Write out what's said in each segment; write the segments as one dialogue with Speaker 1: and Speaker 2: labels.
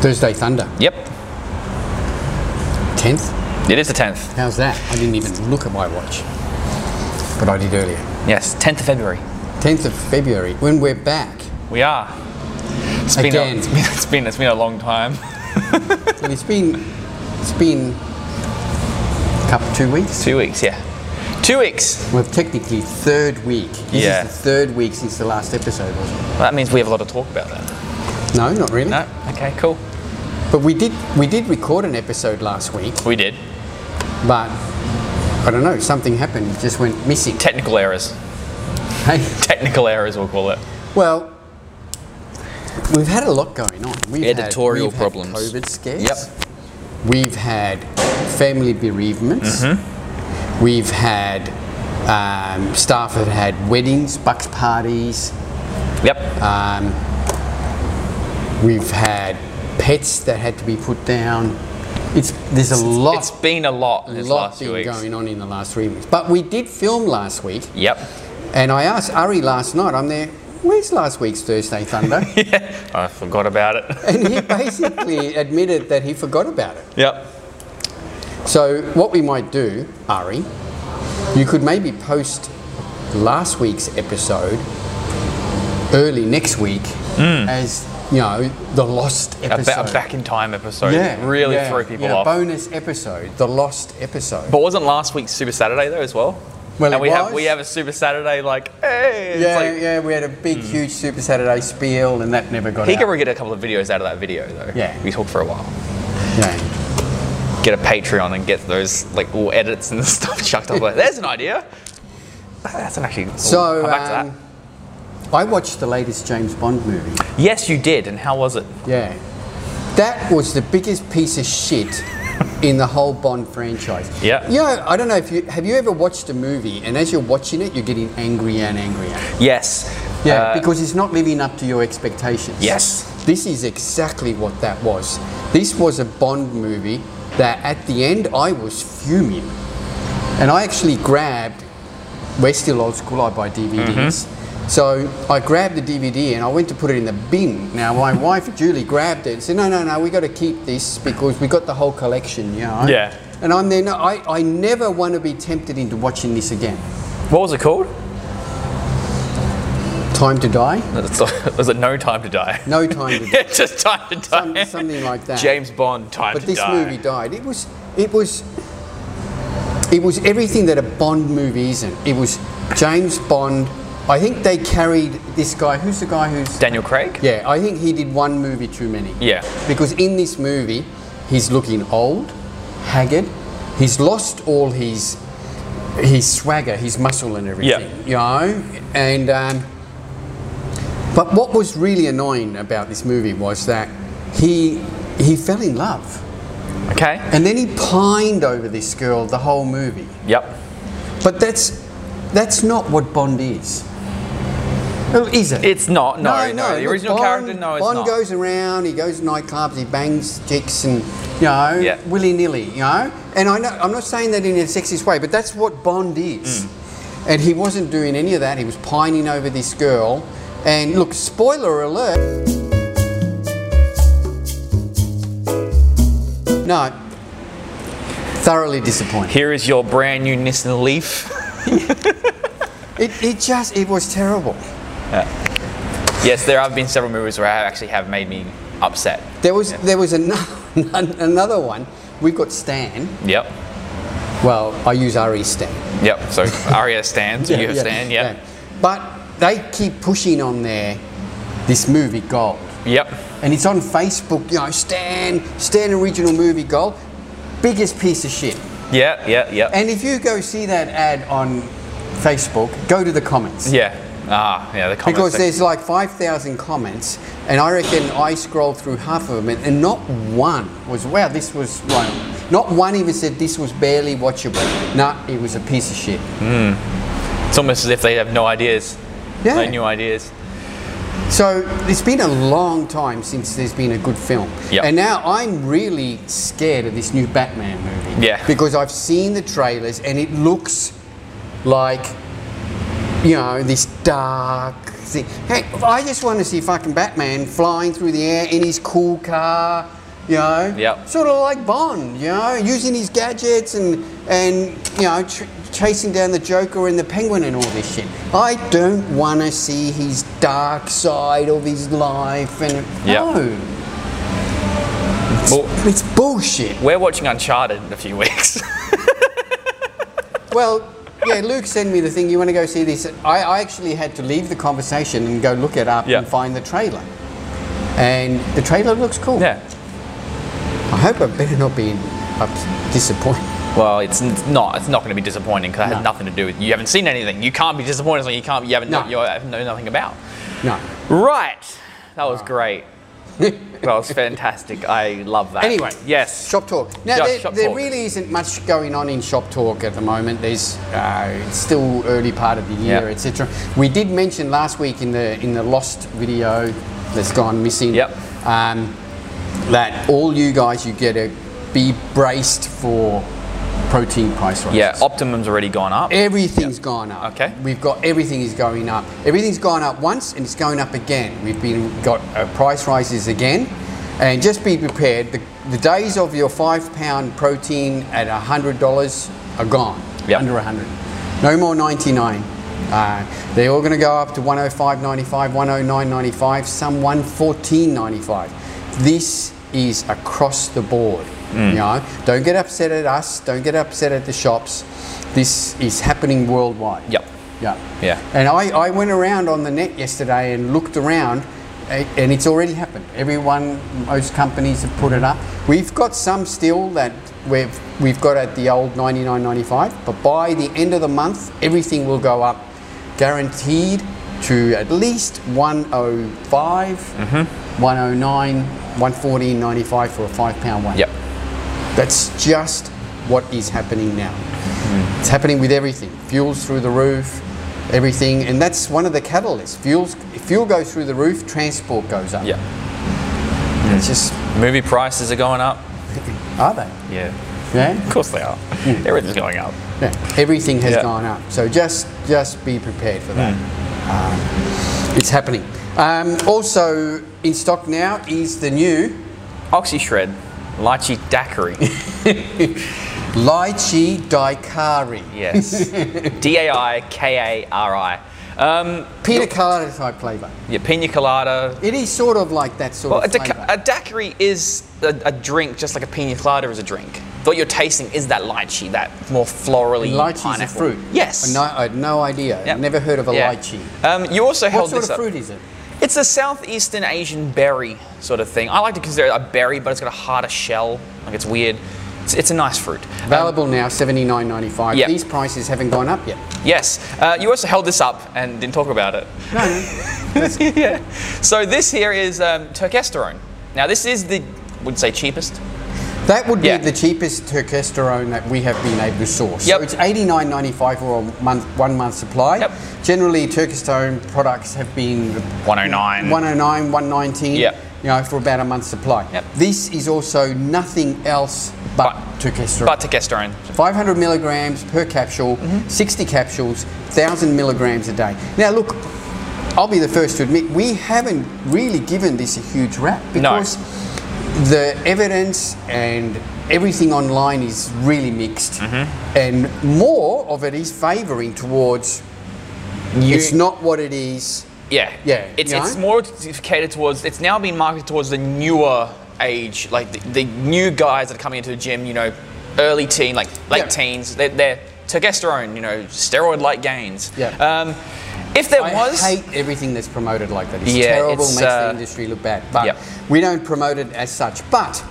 Speaker 1: Thursday Thunder,
Speaker 2: Yep,
Speaker 1: 10th.
Speaker 2: it is the 10th.
Speaker 1: How's that? I didn't even look at my watch, but I did earlier.
Speaker 2: Yes, 10th of February.
Speaker 1: 10th of February, when we're back.
Speaker 2: We are. It's been, a,
Speaker 1: Again.
Speaker 2: it's been it's been it's been a long time.
Speaker 1: And it's been, it's been a couple, two weeks.
Speaker 2: Two weeks, yeah. Two weeks.
Speaker 1: Well, technically, third week. This
Speaker 2: Yeah.
Speaker 1: is the third week since the last episode, wasn't it?
Speaker 2: Well, that means we have a lot to talk about then.
Speaker 1: No, not really.
Speaker 2: No? Okay, cool.
Speaker 1: But we did, we did record an episode last week,
Speaker 2: We did.
Speaker 1: but I don't know, something happened. It just went missing.
Speaker 2: Technical errors.
Speaker 1: Hey,
Speaker 2: Technical errors we'll call it.
Speaker 1: well, we've had a lot going on. We've
Speaker 2: Editorial
Speaker 1: had, we've
Speaker 2: problems.
Speaker 1: Had COVID scares.
Speaker 2: Yep.
Speaker 1: We've had family bereavements.
Speaker 2: Mm-hmm.
Speaker 1: We've had um, staff have had weddings, bucks parties.
Speaker 2: Yep.
Speaker 1: Um, we've had pets that had to be put down. It's there's a lot,
Speaker 2: it's been a lot this
Speaker 1: lot
Speaker 2: last few
Speaker 1: been
Speaker 2: weeks.
Speaker 1: going on in the last three weeks. But we did film last week,
Speaker 2: Yep.
Speaker 1: and I asked Ari last night. I'm there. Where's last week's Thursday Thunder?
Speaker 2: I forgot about it.
Speaker 1: and he basically admitted that he forgot about it.
Speaker 2: Yep.
Speaker 1: So what we might do, Ari, you could maybe post last week's episode early next week
Speaker 2: Mm.
Speaker 1: as you know the lost
Speaker 2: A,
Speaker 1: episode.
Speaker 2: ba- a back in time episode. Really
Speaker 1: yeah,
Speaker 2: throw people
Speaker 1: yeah,
Speaker 2: off.
Speaker 1: Bonus episode, the lost episode.
Speaker 2: but wasn't last week Super Saturday though as well?
Speaker 1: Well,
Speaker 2: and
Speaker 1: it
Speaker 2: we have
Speaker 1: was.
Speaker 2: we have a Super Saturday like hey it's
Speaker 1: yeah,
Speaker 2: like Mm.
Speaker 1: yeah, we had a big, huge Super Saturday spiel, and that never got
Speaker 2: he
Speaker 1: out.
Speaker 2: could get a couple of videos out of that video though.
Speaker 1: Yeah.
Speaker 2: We talked for a while.
Speaker 1: yeah.
Speaker 2: get a Patreon and get those like all edits and stuff chucked up. Like, There's an idea. That's an actually. Cool.
Speaker 1: So
Speaker 2: Come back to
Speaker 1: um, I watched the latest James Bond movie.
Speaker 2: that. Yes, you did. And how was it?
Speaker 1: Yeah. That was the biggest piece of shit in the whole Bond franchise.
Speaker 2: Yeah.
Speaker 1: You know, I don't know if you have you ever watched a movie and as you're watching it you're getting angrier and angrier.
Speaker 2: Yes.
Speaker 1: Yeah,
Speaker 2: Uh,
Speaker 1: because it's not living up to your expectations.
Speaker 2: Yes.
Speaker 1: This is exactly what that was. This was a Bond movie that at the end I was fuming. And I actually grabbed, we're still old school, I buy DVDs.
Speaker 2: Mm-hmm.
Speaker 1: So I grabbed the DVD and I went to put it in the bin. Now my wife Julie grabbed it and said, no, no, no, we got to keep this because we got the whole collection, you know.
Speaker 2: Yeah.
Speaker 1: And I'm there, no, I, I never want to be tempted into watching this again.
Speaker 2: what was it called?
Speaker 1: Time to Die?
Speaker 2: was it No Time to Die?
Speaker 1: No Time to Die.
Speaker 2: Yeah, just Time to
Speaker 1: Some-
Speaker 2: Die.
Speaker 1: something like that.
Speaker 2: James Bond Time
Speaker 1: but
Speaker 2: to
Speaker 1: this
Speaker 2: Die.
Speaker 1: movie died. It was it was it was everything that a Bond movie isn't. It was James Bond. I think they carried this guy. Who's the guy who's?
Speaker 2: Daniel Craig.
Speaker 1: Yeah, I think he did one movie too many.
Speaker 2: Yeah.
Speaker 1: Because in this movie, he's looking old, haggard. He's lost all his his swagger, his muscle, and everything. You know, and um, but what was really annoying about this movie was that he he fell in love.
Speaker 2: Okay.
Speaker 1: And then he pined over this girl the whole movie.
Speaker 2: Yep.
Speaker 1: But that's that's not what Bond is. Well, is it?
Speaker 2: It's not. No. No. the
Speaker 1: look,
Speaker 2: original
Speaker 1: Bond-
Speaker 2: character. No, it's
Speaker 1: Bond
Speaker 2: not.
Speaker 1: goes around. He goes to nightclubs. He bangs chicks and you know
Speaker 2: Yeah.
Speaker 1: willy nilly. You know, and I know I'm not saying that in a sexist way, but that's what Bond is.
Speaker 2: Mm.
Speaker 1: And he wasn't doing any of that. He was pining over this girl. And look, spoiler alert. No, thoroughly disappointed.
Speaker 2: Here is your brand new Nissan Leaf.
Speaker 1: It, it just it was terrible.
Speaker 2: yes, there have been several movies where I actually have made me upset.
Speaker 1: There was there was an, another one. We've got Stan.
Speaker 2: Yep.
Speaker 1: Well, I use E RE Stan.
Speaker 2: Yep. So Aria stands. you have stand. Yep.
Speaker 1: But they keep pushing on their this movie gold,
Speaker 2: Yep.
Speaker 1: and it's on Facebook. You know, Stan Stan original movie gold, biggest piece of shit.
Speaker 2: Yeah. Yeah. Yeah.
Speaker 1: And if you go see that ad on Facebook, go to the comments.
Speaker 2: yeah. Ah. Yeah. The comments.
Speaker 1: Because
Speaker 2: section.
Speaker 1: there's like 5,000 comments, and I reckon I scrolled through half of them, and, and not one was, wow, this was, wow. Not one even said this was barely watchable. Nah, it was a piece of shit.
Speaker 2: It's almost as if they have no ideas.
Speaker 1: Yeah.
Speaker 2: No new ideas.
Speaker 1: So it's been a long time since there's been a good film.
Speaker 2: Yep.
Speaker 1: And now I'm really scared of this new Batman movie.
Speaker 2: Yeah.
Speaker 1: Because I've seen the trailers, and it looks like, you know, this dark, see. Hey, I just want to see fucking Batman flying through the air in his cool car, you know.
Speaker 2: Yep.
Speaker 1: Sort of like Bond, you know, using his gadgets and and you know tr- chasing down the Joker and the Penguin and all this shit. I don't want to see his dark side of his life and
Speaker 2: Yep.
Speaker 1: no,
Speaker 2: Well,
Speaker 1: it's bullshit.
Speaker 2: we're watching Uncharted in a few weeks.
Speaker 1: Well, yeah, Luke sent me the thing. You want to go see this? I, I actually had to leave the conversation and go look it up
Speaker 2: Yeah.
Speaker 1: and find the trailer. And the trailer looks cool.
Speaker 2: yeah.
Speaker 1: I hope I better not be ups- disappointed.
Speaker 2: Well, it's n- not. It's not going to be disappointing because it
Speaker 1: No.
Speaker 2: has nothing to do with you. Haven't seen anything. You can't be disappointed. It's like you can't. You haven't.
Speaker 1: No.
Speaker 2: You have know nothing about.
Speaker 1: No.
Speaker 2: Right. That
Speaker 1: Ah.
Speaker 2: was great. that was fantastic. I love that.
Speaker 1: Anyway,
Speaker 2: Yes.
Speaker 1: Shop Talk. Now,
Speaker 2: Yeah,
Speaker 1: there,
Speaker 2: Shop
Speaker 1: there
Speaker 2: Talk.
Speaker 1: really isn't much going on in Shop Talk at the moment. There's uh, it's still early part of the year,
Speaker 2: Yeah.
Speaker 1: etc. We did mention last week in the in the lost video that's gone missing.
Speaker 2: Yep.
Speaker 1: Um, that all you guys, you get to be braced for protein price rises.
Speaker 2: Yeah. Optimum's already gone up.
Speaker 1: Everything's gone up.
Speaker 2: Okay.
Speaker 1: We've got everything is going up. Everything's gone up once and it's going up again. We've been got uh, price rises again. And just be prepared. The, the days of your five pound protein at hundred dollars are gone.
Speaker 2: Yep.
Speaker 1: Under hundred. No more ninety nine. Uh, they're all going to go up to 105.95, 109.95, some 114.95. This is across the board. You know, don't get upset at us. Don't get upset at the shops. This is happening worldwide.
Speaker 2: Yep.
Speaker 1: Yeah.
Speaker 2: Yeah.
Speaker 1: And I, I went around on the net yesterday and looked around, a- and it's already happened. Everyone, most companies have put it up. We've got some still that we've we've got at the old 99.95, but by the end of the month, everything will go up, guaranteed to at least 105,
Speaker 2: Mm-hmm.
Speaker 1: 109, 114.95 for a five pound one.
Speaker 2: Yep.
Speaker 1: That's just what is happening now. It's happening with everything. Fuel's through the roof, everything, and that's one of the catalysts. Fuel's, if fuel goes through the roof, transport goes up.
Speaker 2: Yeah.
Speaker 1: It's just,
Speaker 2: Movie prices are going up.
Speaker 1: are they?
Speaker 2: Yeah. Of
Speaker 1: Yeah?
Speaker 2: course they are. Everything's going up.
Speaker 1: yeah. Everything has
Speaker 2: Yeah. Mm.
Speaker 1: gone up. So just, just be prepared for that. Um, it's happening. Um, also in stock now is the new
Speaker 2: Oxy shred, lychee daiquiri.
Speaker 1: lychee daikari.
Speaker 2: Yes. D A I K A R I. Um,
Speaker 1: Pina colada type flavour.
Speaker 2: yeah, pina colada,
Speaker 1: It is sort of like that sort
Speaker 2: Well, a,
Speaker 1: of
Speaker 2: dac-
Speaker 1: flavour.
Speaker 2: a daiquiri is a, a drink, just like a pina colada is a drink. What you're tasting is that lychee, that more florally
Speaker 1: Lychee is a
Speaker 2: pineapple.
Speaker 1: fruit.
Speaker 2: Yes.
Speaker 1: No, I had no idea.
Speaker 2: Yep.
Speaker 1: Never heard of a
Speaker 2: Yeah.
Speaker 1: lychee.
Speaker 2: Um, you also
Speaker 1: What
Speaker 2: held
Speaker 1: sort
Speaker 2: this
Speaker 1: of
Speaker 2: up.
Speaker 1: fruit is it?
Speaker 2: It's a southeastern Asian berry sort of thing. I like to consider it a berry, but it's got a harder shell. Like it's weird. It's, it's a nice fruit.
Speaker 1: Available now, seventy nine ninety five.
Speaker 2: Yep.
Speaker 1: These prices haven't gone up yet.
Speaker 2: Yes. Uh, you also held this up and didn't talk about it. yeah. So this here is um, turkesterone. Now this is the would say cheapest.
Speaker 1: That would be
Speaker 2: Yeah.
Speaker 1: the cheapest turkesterone that we have been able to source.
Speaker 2: Yep.
Speaker 1: So it's eighty nine ninety five for a month, one month supply.
Speaker 2: Yep.
Speaker 1: Generally, turkesterone products have been
Speaker 2: 109.
Speaker 1: 109, 119.
Speaker 2: Yep.
Speaker 1: You know, for about a month's supply.
Speaker 2: Yep.
Speaker 1: This is also nothing else but,
Speaker 2: But-
Speaker 1: turkesterone.
Speaker 2: But turkesterone.
Speaker 1: 500 milligrams per capsule, 60 capsules, 1,000 milligrams a day. Now, look, I'll be the first to admit we haven't really given this a huge rap because the evidence and everything online is really mixed, and more of it is favouring towards it's not what it is.
Speaker 2: Yeah.
Speaker 1: Yeah,
Speaker 2: It's,
Speaker 1: you
Speaker 2: it's
Speaker 1: know?
Speaker 2: more catered towards, it's now being marketed towards the newer age, like the, the new guys that are coming into the gym, you know, early teen, like late
Speaker 1: Yeah.
Speaker 2: teens. They're, they're testosterone, you know, steroid like gains.
Speaker 1: Yeah.
Speaker 2: Um, if there
Speaker 1: I
Speaker 2: was.
Speaker 1: hate everything that's promoted like that. It's
Speaker 2: Yeah,
Speaker 1: terrible,
Speaker 2: it's,
Speaker 1: makes
Speaker 2: uh,
Speaker 1: the industry look bad. But
Speaker 2: Yep.
Speaker 1: we don't promote it as such. But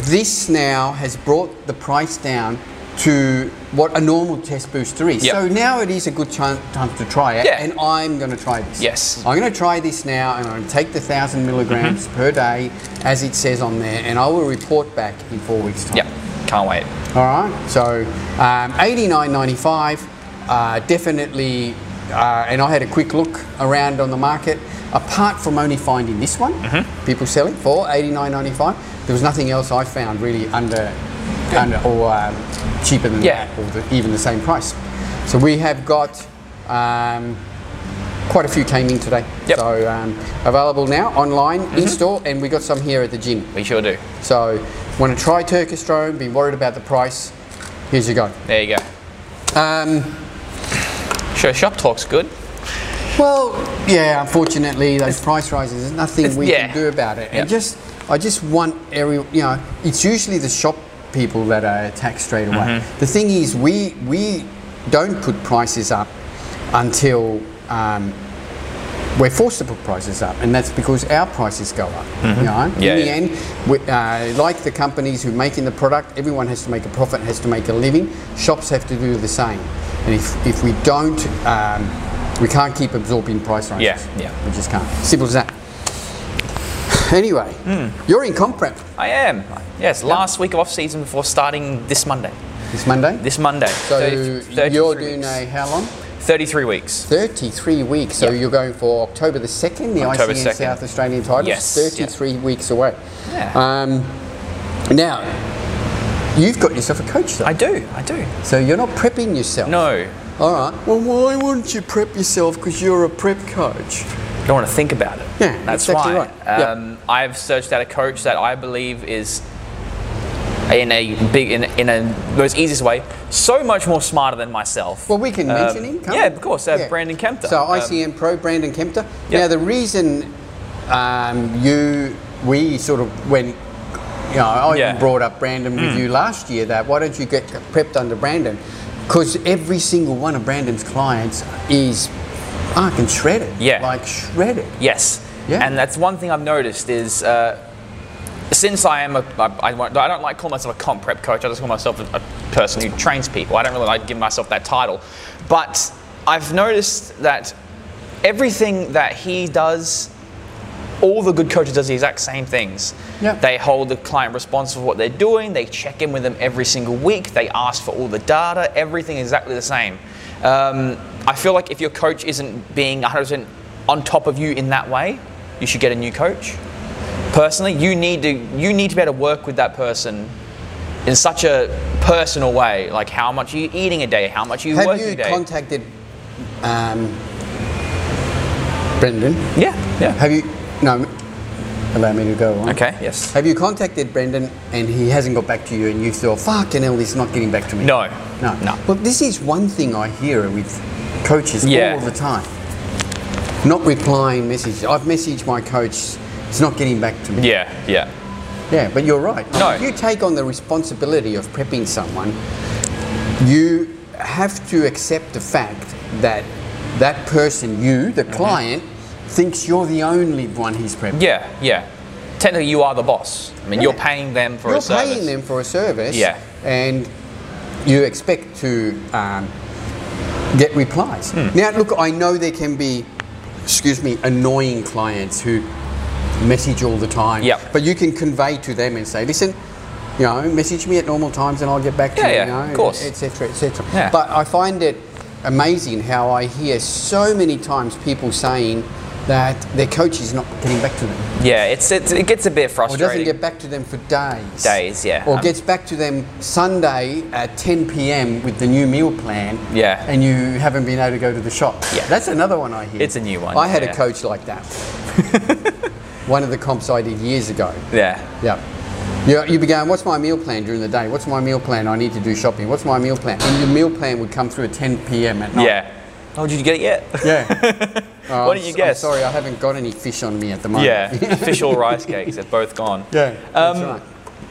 Speaker 1: this now has brought the price down to what a normal test booster is.
Speaker 2: Yep.
Speaker 1: So now it is a good chan- time to try it.
Speaker 2: Yeah.
Speaker 1: And I'm going to try this.
Speaker 2: Yes. Mm-hmm.
Speaker 1: I'm going to try this now and I'm going to take the 1,000 milligrams per day as it says on there. And I will report back in four weeks' time.
Speaker 2: yeah. Can't wait.
Speaker 1: All right. So um, 89.95, uh, definitely. Uh, and I had a quick look around on the market. Apart from only finding this one,
Speaker 2: Mm-hmm.
Speaker 1: people selling for 89.95, there was nothing else I found really under, under or um, cheaper than
Speaker 2: Yeah.
Speaker 1: that, or the, even the same price. So we have got um, Quite a few came in today.
Speaker 2: Yep. Mm-hmm.
Speaker 1: So um, available now online, in store, and we got some here at the gym.
Speaker 2: We sure do.
Speaker 1: So want to try Turkish drone, be worried about the price. Here's your go.
Speaker 2: There you go.
Speaker 1: Um,
Speaker 2: Sure, shop talk's good.
Speaker 1: well, yeah, unfortunately, those price rises, there's nothing we
Speaker 2: yeah.
Speaker 1: can do about it.
Speaker 2: Yep.
Speaker 1: And just, I just want every, you know, it's usually the shop people that are attacked straight away.
Speaker 2: Mm-hmm.
Speaker 1: The thing is, we we don't put prices up until um, we're forced to put prices up, and that's because our prices go up. You know,
Speaker 2: Mm-hmm. Yeah,
Speaker 1: in the
Speaker 2: yeah.
Speaker 1: end, we, uh, like the companies who are making the product, everyone has to make a profit, has to make a living. Shops have to do the same, and if, if we don't, um, we can't keep absorbing price rises.
Speaker 2: Yeah, yeah.
Speaker 1: we just can't. Simple as that. Anyway,
Speaker 2: Hmm.
Speaker 1: you're in comp prep
Speaker 2: I am. Yes, last week of off season before starting this Monday.
Speaker 1: this Monday.
Speaker 2: This Monday.
Speaker 1: so
Speaker 2: 30
Speaker 1: you're
Speaker 2: 33
Speaker 1: doing
Speaker 2: weeks.
Speaker 1: a how long?
Speaker 2: 33 weeks.
Speaker 1: 33 weeks. So
Speaker 2: Yeah.
Speaker 1: you're going for October the 2nd, the
Speaker 2: October
Speaker 1: ICN
Speaker 2: 2nd.
Speaker 1: South Australian title.
Speaker 2: Yes, yeah.
Speaker 1: 33 weeks away.
Speaker 2: Yeah.
Speaker 1: Um, now, you've got yourself a coach, though.
Speaker 2: I do. I do.
Speaker 1: so you're not prepping yourself.
Speaker 2: No.
Speaker 1: All right. Well, why wouldn't you prep yourself because you're a prep coach?
Speaker 2: Don't want to think about it.
Speaker 1: Yeah,
Speaker 2: that's
Speaker 1: exactly
Speaker 2: why.
Speaker 1: right. Yeah.
Speaker 2: Um, I've searched out a coach that I believe is in a big, in, in a most easiest way, so much more smarter than myself.
Speaker 1: Well, we can
Speaker 2: Um,
Speaker 1: mention him. Can't
Speaker 2: yeah,
Speaker 1: we?
Speaker 2: of course, uh, Brandon Kempter.
Speaker 1: So
Speaker 2: Um,
Speaker 1: ICM Pro Brandon Kempter.
Speaker 2: Yep.
Speaker 1: Now the reason um, you we sort of went, you know, I
Speaker 2: Yeah. Hmm.
Speaker 1: even brought up Brandon with you last year that why don't you get prepped under Brandon? Because every single one of Brandon's clients is fucking shredded.
Speaker 2: Yeah.
Speaker 1: like shredded.
Speaker 2: Yes.
Speaker 1: Yeah.
Speaker 2: And that's one thing I've noticed is uh, since I am a, I, I won't- I don't like call myself a comp prep coach. I just call myself a, a person who trains people. I don't really like give myself that title, but I've noticed that everything that he does, all the good coaches does the exact same things.
Speaker 1: Yeah.
Speaker 2: They hold the client responsible for what they're doing. They check in with them every single week. They ask for all the data. Everything is exactly the same. Um, I feel like if your coach isn't being 100% on top of you in that way, you should get a new coach. Personally, you need to you need to be able to work with that person in such a personal way, like how much are you eating a day, how much are you
Speaker 1: Have
Speaker 2: working a
Speaker 1: you
Speaker 2: day.
Speaker 1: contacted um, Brendan?
Speaker 2: yeah, yeah.
Speaker 1: Have you? No. Allow me to go on.
Speaker 2: Okay. Yes.
Speaker 1: Have you contacted Brendan and he hasn't got back to you and you thought, fucking hell, he's not getting back to me?
Speaker 2: No.
Speaker 1: No.
Speaker 2: No.
Speaker 1: Well, this is one thing I hear with coaches
Speaker 2: Yeah.
Speaker 1: all the time. Not replying messages. I've messaged my coach, it's not getting back to me.
Speaker 2: Yeah. Yeah.
Speaker 1: Yeah, but you're right.
Speaker 2: No.
Speaker 1: If you take on the responsibility of prepping someone, you have to accept the fact that that person, you, the client, thinks you're the only one he's prepping.
Speaker 2: Yeah, yeah. Technically, you are the boss. I mean, you're
Speaker 1: Yeah.
Speaker 2: paying them for
Speaker 1: you're
Speaker 2: a service.
Speaker 1: paying them for a service
Speaker 2: Yeah.
Speaker 1: and you expect to um, get replies
Speaker 2: Hmm.
Speaker 1: now look i know there can be excuse me annoying clients who message all the time
Speaker 2: Yep.
Speaker 1: but you can convey to them and say listen you know message me at normal times and i'll get back to
Speaker 2: Yeah,
Speaker 1: you
Speaker 2: yeah,
Speaker 1: you know
Speaker 2: of course.
Speaker 1: etc etc
Speaker 2: Yeah.
Speaker 1: but i find it amazing how i hear so many times people saying that their coach is not getting back to them
Speaker 2: Yeah, it's, it's it gets a bit
Speaker 1: or
Speaker 2: frustrating.
Speaker 1: doesn't get back to them for days.
Speaker 2: Days, yeah.
Speaker 1: Or
Speaker 2: Um,
Speaker 1: gets back to them Sunday at 10 p.m. with the new meal plan.
Speaker 2: Yeah.
Speaker 1: And you haven't been able to go to the shop.
Speaker 2: Yeah.
Speaker 1: That's another one I hear.
Speaker 2: It's a new one,
Speaker 1: I had
Speaker 2: yeah.
Speaker 1: a coach like that. one of the comps I did years ago.
Speaker 2: yeah,
Speaker 1: Yeah. You, you'd be going, what's my meal plan during the day? What's my meal plan? I need to do shopping. What's my meal plan? And your meal plan would come through at 10 p.m. at night.
Speaker 2: yeah. Oh, did you get it yet?
Speaker 1: Yeah. Oh, I'm
Speaker 2: What did you
Speaker 1: s-
Speaker 2: guess?
Speaker 1: I'm sorry, I haven't got any fish on me at the moment.
Speaker 2: yeah, fish or rice cakes. They're both gone.
Speaker 1: yeah. That's
Speaker 2: Um,
Speaker 1: right.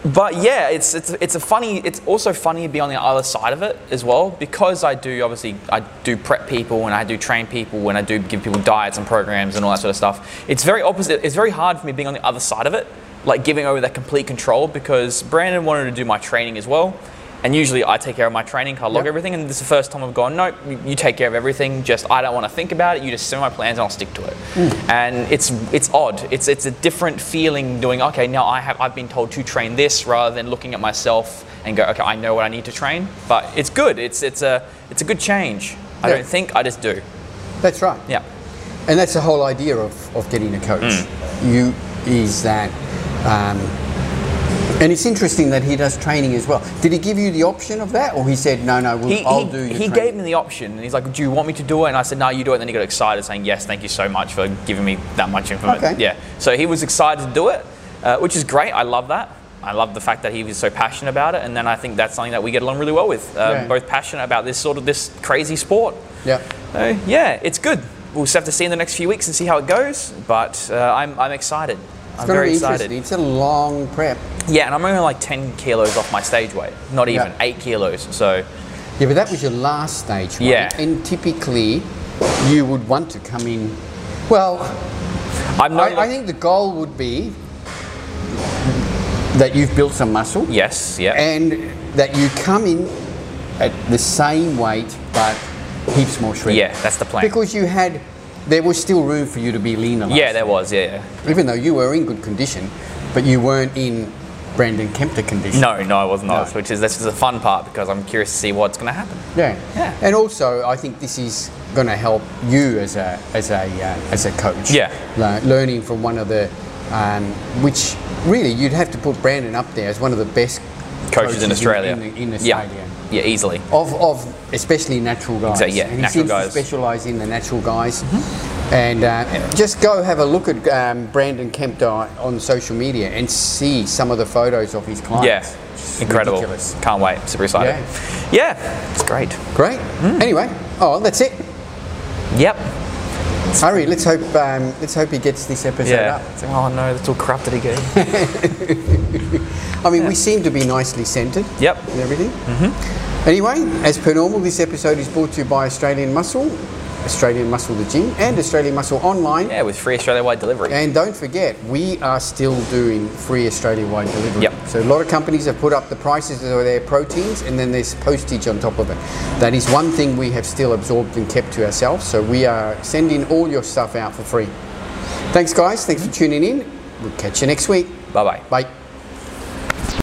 Speaker 2: But yeah, it's it's it's a funny. It's also funny to be on the other side of it as well because I do obviously I do prep people and I do train people and I do give people diets and programs and all that sort of stuff. It's very opposite. It's very hard for me being on the other side of it, like giving over that complete control because Brandon wanted to do my training as well. And usually I take care of my training, I log
Speaker 1: Yep.
Speaker 2: everything, and this is the first time I've gone, no, you- you take care of everything, just I don't want to think about it, you just send my plans and I'll stick to it.
Speaker 1: Mm.
Speaker 2: And it's it's odd. It's it's a different feeling doing, okay, now I have I've been told to train this rather than looking at myself and go, okay, I know what I need to train. But it's good. It's it's a it's a good change. I
Speaker 1: Yeah.
Speaker 2: don't think, I just do.
Speaker 1: That's right.
Speaker 2: Yeah.
Speaker 1: And that's the
Speaker 2: Mm.
Speaker 1: whole idea of, of getting a coach. You is that um, And it's interesting that he does training as well. Did he give you the option of that, or he said, "No, no, we'll,
Speaker 2: He,
Speaker 1: I'll
Speaker 2: he,
Speaker 1: do." Your
Speaker 2: he
Speaker 1: training."
Speaker 2: gave me the option, and he's like, "Do you want me to do it?" And I said, "No, you do it." And then he got excited, saying, "Yes, thank you so much for giving me that much information."
Speaker 1: Okay.
Speaker 2: Yeah. So he was excited to do it, uh, which is great. I love that. I love the fact that he was so passionate about it, and then I think that's something that we get along really well with. Um,
Speaker 1: Yeah.
Speaker 2: Both passionate about this sort of this crazy sport.
Speaker 1: Yeah.
Speaker 2: So, yeah, it's good. We'll just have to see in the next few weeks and see how it goes. But uh, I'm, I'm excited. I'm
Speaker 1: It's gonna
Speaker 2: very
Speaker 1: be
Speaker 2: excited.
Speaker 1: interesting. It's a long prep.
Speaker 2: Yeah, and I'm only like 10 kilos off my stage weight. Not even
Speaker 1: Yeah.
Speaker 2: eight kilos. So
Speaker 1: Yeah, but that was your last stage, right?
Speaker 2: Yeah.
Speaker 1: And typically, you would want to come in. Well,
Speaker 2: I'm not.
Speaker 1: I, I think the goal would be that you've built some muscle
Speaker 2: yes. Yeah.
Speaker 1: and that you come in at the same weight, but heaps more shredded.
Speaker 2: Yeah, that's the plan.
Speaker 1: Because you had, there was still room for you to be leaner. last
Speaker 2: yeah, there was. Yeah.
Speaker 1: even though you were in good condition, but you weren't in Brandon Kempter
Speaker 2: yeah.
Speaker 1: condition.
Speaker 2: No, no, I was not.
Speaker 1: No.
Speaker 2: Which is this is the fun part because I'm curious to see what's going to happen.
Speaker 1: Yeah.
Speaker 2: Yeah.
Speaker 1: And also, I think this is going to help you as a as a uh, as a coach.
Speaker 2: Yeah.
Speaker 1: Le- learning from one of the, um, which really you'd have to put Brandon up there as one of the best
Speaker 2: Coaches, in Australia.
Speaker 1: In, in
Speaker 2: yeah.
Speaker 1: Australia.
Speaker 2: Yeah, easily.
Speaker 1: Of, of especially natural guys.
Speaker 2: Exa- yeah,
Speaker 1: and he
Speaker 2: natural
Speaker 1: seems
Speaker 2: guys. Mm-hmm.
Speaker 1: to specialise in the natural guys. And uh, just go have a look at um, Brandon Kempter on social media and see some of the photos of his clients.
Speaker 2: Yeah.
Speaker 1: It's
Speaker 2: Incredible.
Speaker 1: ridiculous.
Speaker 2: Can't wait. Super excited. Yeah. It's great.
Speaker 1: Great.
Speaker 2: Mm.
Speaker 1: Anyway, oh, that's it.
Speaker 2: Yep.
Speaker 1: Hurry, let's hope um, let's hope he gets this episode
Speaker 2: Yeah. It's like, oh no, that's all corrupted again.
Speaker 1: up. I mean, we seem to be nicely centred.
Speaker 2: Yep.
Speaker 1: And everything. Mm-hmm. Anyway, as per normal, this episode is brought to you by Australian Muscle, Australian Muscle the gym, and Australian Muscle online.
Speaker 2: yeah, with free Australia-wide delivery.
Speaker 1: And don't forget, we are still doing free Australia-wide delivery.
Speaker 2: Yep.
Speaker 1: So a lot of companies have put up the prices of their proteins, and then there's postage on top of it. That is one thing we have still absorbed and kept to ourselves. So we are sending all your stuff out for free. Thanks, guys. Thanks for tuning in. We'll catch you next week.
Speaker 2: Bye bye.
Speaker 1: Bye.